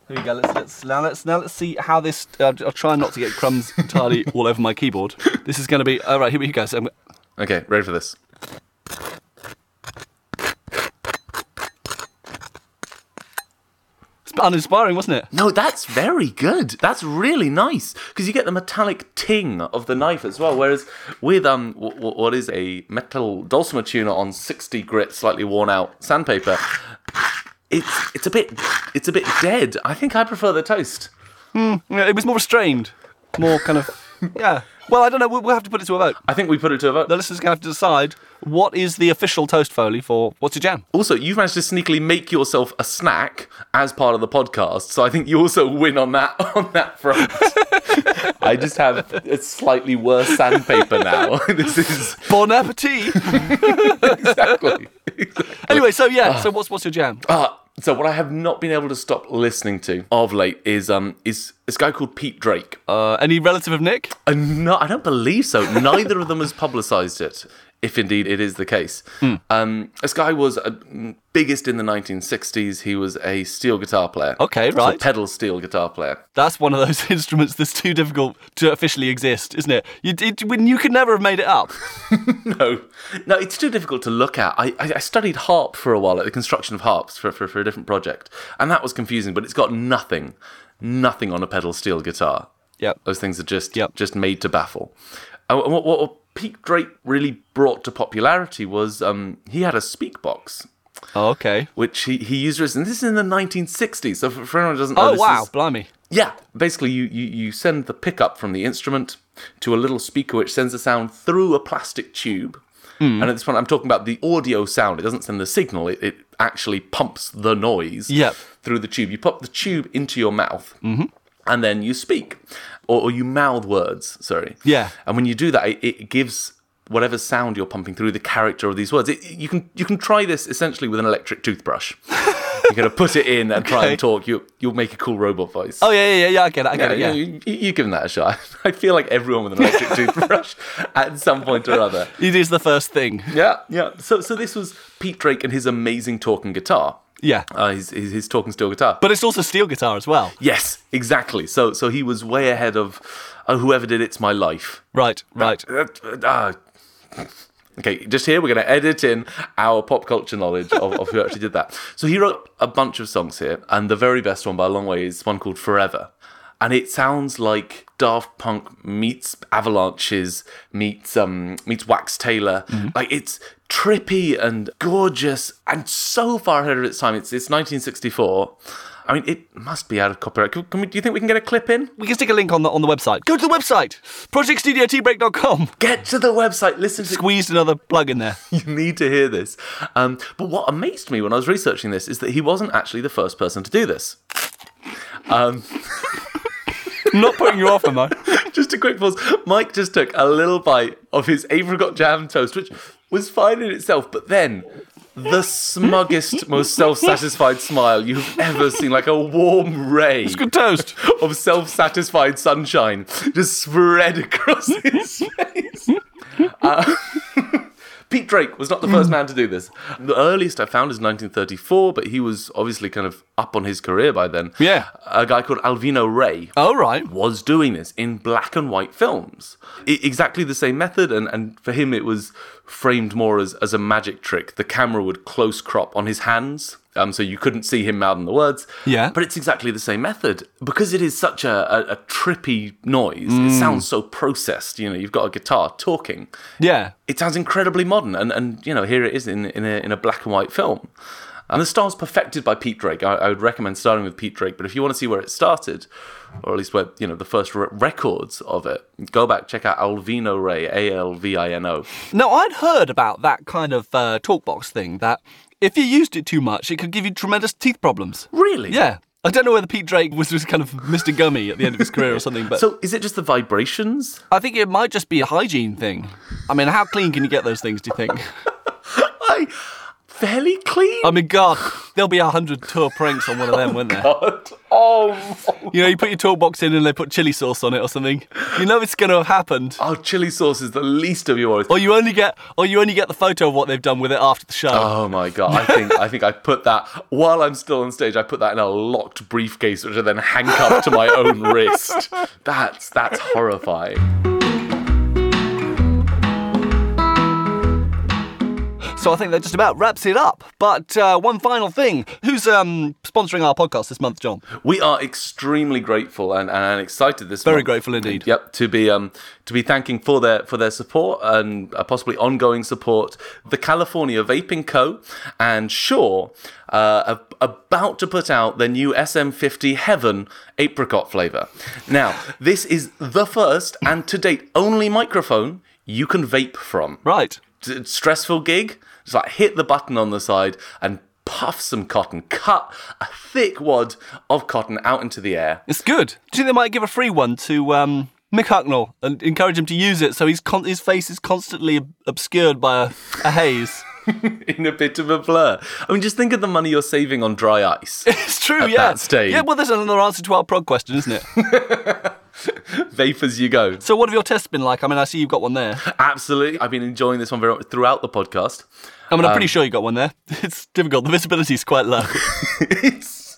[SPEAKER 1] Here we go. Let's, let's now let's now let's see how this. Uh, I'll try not to get crumbs entirely all over my keyboard. This is gonna be all right. Here we go. So um, I'm,
[SPEAKER 2] okay, ready for this.
[SPEAKER 1] it's uninspiring, wasn't it?
[SPEAKER 2] No, that's very good. That's really nice because you get the metallic ting of the knife as well. Whereas with um, w- w- what is a metal dulcimer tuner on sixty grit, slightly worn out sandpaper, it's it's a bit it's a bit dead. I think I prefer the toast.
[SPEAKER 1] Yeah, It was more restrained, more kind of yeah. Well, I don't know. We'll, we'll have to put it to a vote.
[SPEAKER 2] I think we put it to a vote.
[SPEAKER 1] The listeners gonna have to decide what is the official toast folio for what's your jam.
[SPEAKER 2] Also, you've managed to sneakily make yourself a snack as part of the podcast, so I think you also win on that on that front. I just have a slightly worse sandpaper now. this is
[SPEAKER 1] Bon appetit.
[SPEAKER 2] exactly. exactly.
[SPEAKER 1] anyway, so yeah.
[SPEAKER 2] Ah.
[SPEAKER 1] So what's what's your jam?
[SPEAKER 2] Uh, so what I have not been able to stop listening to of late is um is this guy called Pete Drake. Uh,
[SPEAKER 1] Uh, any relative of Nick?
[SPEAKER 2] and no, I don't believe so. Neither of them has publicised it, if indeed it is the case.
[SPEAKER 1] Hmm.
[SPEAKER 2] Um, this guy was uh, mm, biggest in the 1960s. He was a steel guitar player.
[SPEAKER 1] Okay,
[SPEAKER 2] So
[SPEAKER 1] right.
[SPEAKER 2] pedal steel guitar player.
[SPEAKER 1] That's one of those instruments that's too difficult to officially exist, isn't it? You, it, when you could never have made it up.
[SPEAKER 2] No, no, it's too difficult to look at. I, I, I studied harp for a while at the construction of harps for, for, for a different project, and that was confusing. But it's got nothing, nothing on a pedal steel guitar.
[SPEAKER 1] Yep.
[SPEAKER 2] those things are just
[SPEAKER 1] Yep.
[SPEAKER 2] just made to baffle. Uh, And what, what, what Pete Drake really brought to popularity was um, he had a speak box.
[SPEAKER 1] Oh, okay.
[SPEAKER 2] Which he, he used as, and this is in the 1960s. So for, for anyone who doesn't know,
[SPEAKER 1] Oh,
[SPEAKER 2] this
[SPEAKER 1] wow,
[SPEAKER 2] is-
[SPEAKER 1] blimey.
[SPEAKER 2] yeah, basically, you, you, you send the pickup from the instrument to a little speaker which sends the sound through a plastic tube.
[SPEAKER 1] Hmm.
[SPEAKER 2] And at this point, I'm talking about the audio sound. It doesn't send the signal, it, it actually pumps the noise
[SPEAKER 1] Yep.
[SPEAKER 2] through the tube. You pop the tube into your mouth.
[SPEAKER 1] Mm-hmm.
[SPEAKER 2] And then you speak, or, or you mouth words. Sorry.
[SPEAKER 1] Yeah.
[SPEAKER 2] And when you do that, it, it gives whatever sound you're pumping through the character of these words. It, you can you can try this essentially with an electric toothbrush. You're gonna put it in and try
[SPEAKER 1] Okay.
[SPEAKER 2] and talk. You you'll make a cool robot voice.
[SPEAKER 1] Oh, yeah, yeah, yeah, yeah, I get it, I get it, yeah.
[SPEAKER 2] Yeah, You, you, you've given that a shot. I feel like everyone with an electric toothbrush at some point or other.
[SPEAKER 1] It is the first thing.
[SPEAKER 2] Yeah, yeah. So, so this was Pete Drake and his amazing talking guitar.
[SPEAKER 1] Yeah.
[SPEAKER 2] Uh, his, his, his talking steel guitar.
[SPEAKER 1] But it's also steel guitar as well.
[SPEAKER 2] yes, exactly. So, so he was way ahead of uh, whoever did "It's My Life."
[SPEAKER 1] Right, right.
[SPEAKER 2] Uh, uh, okay, just here we're going to edit in our pop culture knowledge of, of who actually did that. So he wrote a bunch of songs here, and the very best one by a long way is one called Forever. and it sounds like Daft Punk meets Avalanches meets um meets Wax Taylor. Like it's trippy and gorgeous and so far ahead of its time. It's it's 1964. I mean, it must be out of copyright. Can, can we, do you think we can get a clip in?
[SPEAKER 1] We can stick a link on the on the website. Go to the website, projectstudiotbreak.com.
[SPEAKER 2] Get to the website. Listen to
[SPEAKER 1] Squeezed another plug in there.
[SPEAKER 2] you need to hear this. Um, but what amazed me when I was researching this is that he wasn't actually the first person to do this.
[SPEAKER 1] Not putting you off, am I?
[SPEAKER 2] just a quick pause. Mike just took a little bite of his apricot jam toast, which was fine in itself, but then the smuggest, most self satisfied smile you've ever seen, like a warm ray
[SPEAKER 1] Good toast.
[SPEAKER 2] of self satisfied sunshine just spread across his face. Uh, Pete Drake was not the first man to do this. The earliest I found is 1934, but he was obviously kind of up on his career by then.
[SPEAKER 1] Yeah.
[SPEAKER 2] A guy called Alvino Ray
[SPEAKER 1] All right.
[SPEAKER 2] was doing this in black and white films. I- exactly the same method, and, and for him, it was framed more as, as a magic trick. The camera would close crop on his hands. Um, so you couldn't see him mouthing the words.
[SPEAKER 1] Yeah.
[SPEAKER 2] But it's exactly the same method. Because it is such a, a, a trippy noise, it sounds so processed. You know, you've got a guitar talking
[SPEAKER 1] Yeah.
[SPEAKER 2] it sounds incredibly modern, and, and you know here it is in in a, in a black and white film, and the star's perfected by Pete Drake. I, I would recommend starting with Pete Drake, but if you want to see where it started, or at least where you know the first re- records of it, go back check out Alvino Ray A L V I N O.
[SPEAKER 1] Now, I'd heard about that kind of uh, talk box thing that if you used it too much, it could give you tremendous teeth problems.
[SPEAKER 2] Really?
[SPEAKER 1] Yeah. I don't know whether Pete Drake was just kind of Mr. Gummy at the end of his career or something, but
[SPEAKER 2] So is it just the vibrations?
[SPEAKER 1] I think it might just be a hygiene thing. I mean, how clean can you get those things, do you think?
[SPEAKER 2] I fairly clean.
[SPEAKER 1] I mean, God, there'll be a hundred tour pranks on one of them, won't there?
[SPEAKER 2] oh,
[SPEAKER 1] You know, you put your talk box in and they put chili sauce on it or something. You know it's going to have happened.
[SPEAKER 2] oh, chili sauce is the least of your worries.
[SPEAKER 1] Or you only get, or you only get the photo of what they've done with it after the show.
[SPEAKER 2] Oh my god! I think I think I put that while I'm still on stage. I put that in a locked briefcase, which I then handcuffed to my own wrist. That's that's horrifying.
[SPEAKER 1] So I think that just about wraps it up. But uh, one final thing: who's um, sponsoring our podcast this month, John?
[SPEAKER 2] We are extremely grateful and, and excited this
[SPEAKER 1] Very
[SPEAKER 2] month.
[SPEAKER 1] grateful indeed.
[SPEAKER 2] Yep, to be um to be thanking for their for their support and uh, possibly ongoing support. The California Vaping Co. and Shaw uh, are about to put out their new SM50 Heaven apricot flavor. Now, this is the first and to date only microphone you can vape from
[SPEAKER 1] Right.
[SPEAKER 2] d- stressful gig, just like hit the button on the side and puff some cotton, cut a thick wad of cotton out into the air.
[SPEAKER 1] It's good. Do you think they might give a free one to um, Mick Hucknall and encourage him to use it so his con- his face is constantly ob- obscured by a, a haze?
[SPEAKER 2] in a bit of a blur. I mean, just think of the money you're saving on dry ice.
[SPEAKER 1] It's true, yeah.
[SPEAKER 2] that stage.
[SPEAKER 1] Yeah, well, there's another answer to our prog question, isn't it?
[SPEAKER 2] Vape as you go.
[SPEAKER 1] so, what have your tests been like? I mean, I see you've got one there.
[SPEAKER 2] Absolutely. I've been enjoying this one very much throughout the podcast.
[SPEAKER 1] I mean, I'm pretty sure you got one there. It's difficult. The visibility is quite low.
[SPEAKER 2] it's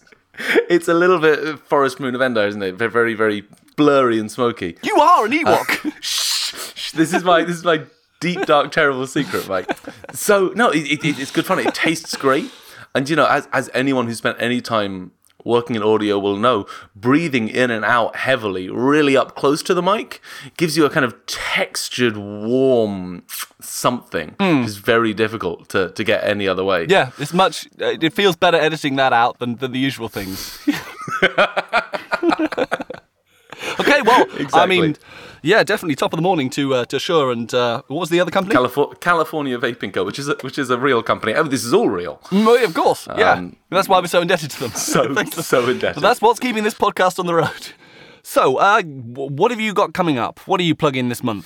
[SPEAKER 2] it's a little bit uh, Forest Moon of Endo, isn't it? Ve- Very, very blurry and smoky.
[SPEAKER 1] you are an Ewok.
[SPEAKER 2] Shh, this is my this is my deep dark terrible secret mike so no it, it, it- it's good fun it tastes great and you know as, as anyone who spent any time working in audio will know breathing in and out heavily really up close to the mic gives you a kind of textured warm something which is very difficult to, to get any other way
[SPEAKER 1] Hmm. yeah, it's much. uh, It feels better editing that out than, than the usual things. okay, well, I mean,
[SPEAKER 2] Exactly.
[SPEAKER 1] yeah, definitely top of the morning to uh, to Shure and uh, what was the other company?
[SPEAKER 2] California, California Vaping Co., which is a, which is a real company. Oh, this is all real.
[SPEAKER 1] Mm, oh, yeah, of course, yeah.
[SPEAKER 2] Um,
[SPEAKER 1] That's why we're so indebted to them.
[SPEAKER 2] So
[SPEAKER 1] Thanks.
[SPEAKER 2] so indebted.
[SPEAKER 1] But that's what's keeping this podcast on the road. So, uh, w- what have you got coming up? What are you plugging this month?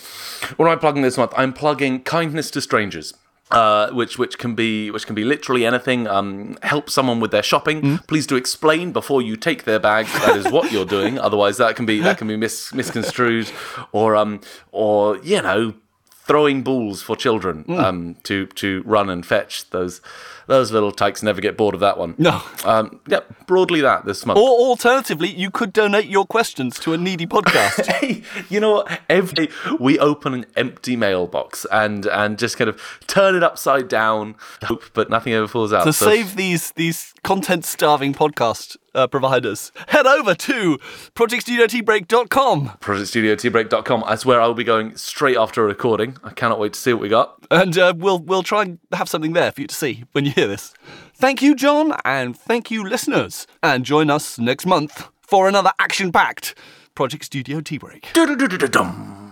[SPEAKER 2] What am I plugging this month? I'm plugging kindness to strangers. Uh, which which can be which can be literally anything. Um, help someone with their shopping. Please do explain before you take their bag. That is what you're doing. Otherwise, that can be that can be mis- misconstrued, or um, or you know, throwing balls for children um, to to run and fetch. Those those little tykes never get bored of that one.
[SPEAKER 1] No.
[SPEAKER 2] Um, yeah, broadly that this month.
[SPEAKER 1] Or alternatively, you could donate your questions to a needy podcast.
[SPEAKER 2] Hey, you know what? Every we open an empty mailbox and and just kind of turn it upside down, hope, but nothing ever falls out.
[SPEAKER 1] to
[SPEAKER 2] So
[SPEAKER 1] save these these content starving podcast uh, uh, providers, head over to projectstudiotbreak.com.
[SPEAKER 2] ProjectStudioTbreak.com. I swear I will be going straight after a recording. I cannot wait to see what we got.
[SPEAKER 1] And uh, we'll we'll try and have something there for you to see when you hear this. Thank you, John, and thank you, listeners. And join us next month for another action-packed Project Studio Tea Break.
[SPEAKER 2] Dum.